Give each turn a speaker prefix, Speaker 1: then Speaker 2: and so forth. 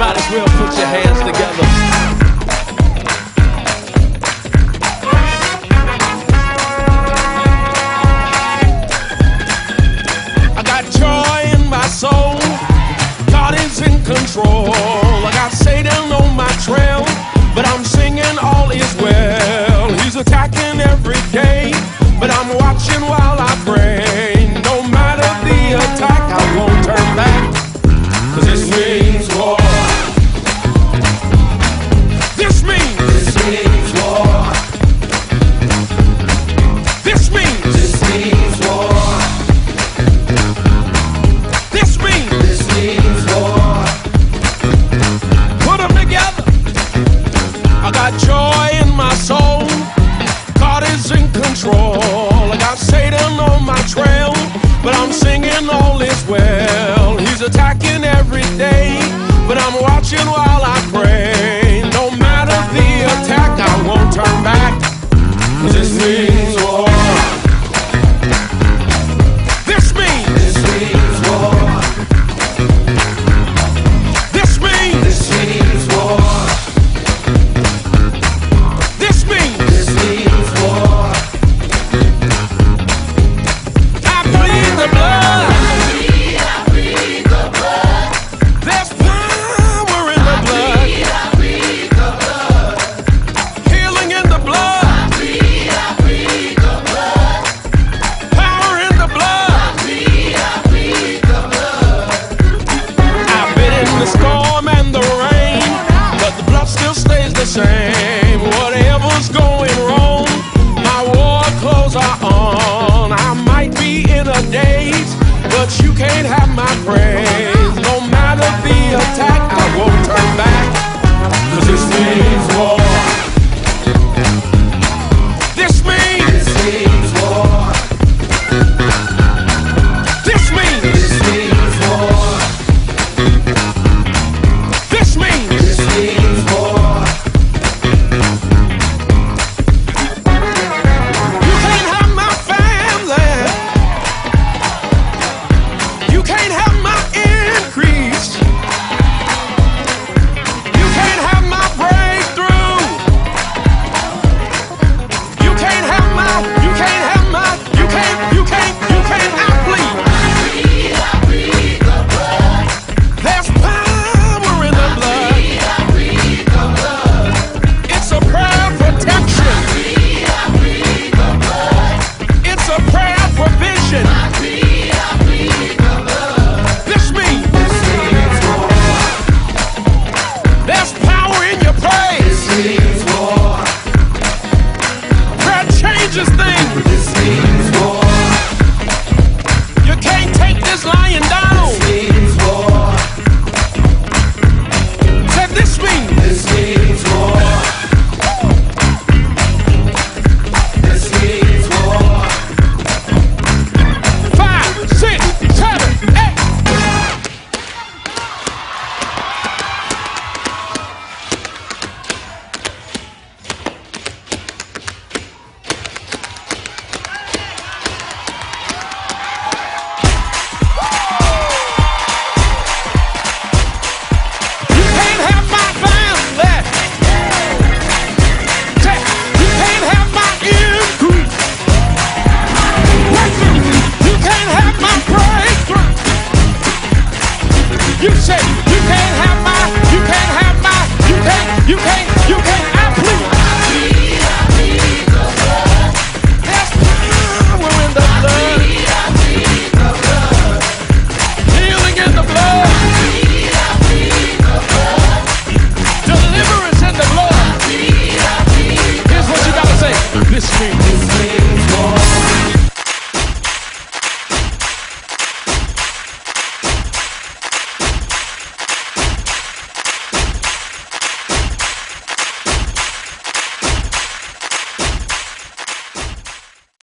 Speaker 1: Might as well put your hands together. I got joy in my soul. God is in control. I got Satan on my trail, but I'm singing all is well. He's attacking every day, but I'm watching while I pray. No matter the attack, I won't turn back. Cause this means war. This means. This means war. This means. This means war. This means. This means war. Put 'em together. I got joy in my soul. God is in control. I got Satan on my trail, but I'm singing all is well. He's attacking every day, but I'm watching while I pray. No matter the attack, I won't turn back. 'Cause this means war. This means. This means war. This means. This means war. This means. This means war. I bleed the blood. There's power in the blood. Healing in the blood. Power in the blood. I've been in the storm and the rain, but the blood still stays the same. Whatever's going wrong, my war clothes are on. I might be in a daze, but you can't have my praise. No matter the attack, I won't turn back. Cause this means war. This means. This means war. This means. This means war. This means. This means war. You can't have my family. You can't have my increase. You can't have my breakthrough. You can't have my. You can't have my. You can't. You can't. You can't. I bleed. There's power in the blood. It's a prayer protection. It's a prayer provision. This means there's power in your praise. Prayer changes things. You can't take this lying down. Said this means. five, six, seven, eight. You can't have my family. You can't have my increase. You can't have my breakthrough. You say you can't have my, you can't have my, you can't, you can't, you can't.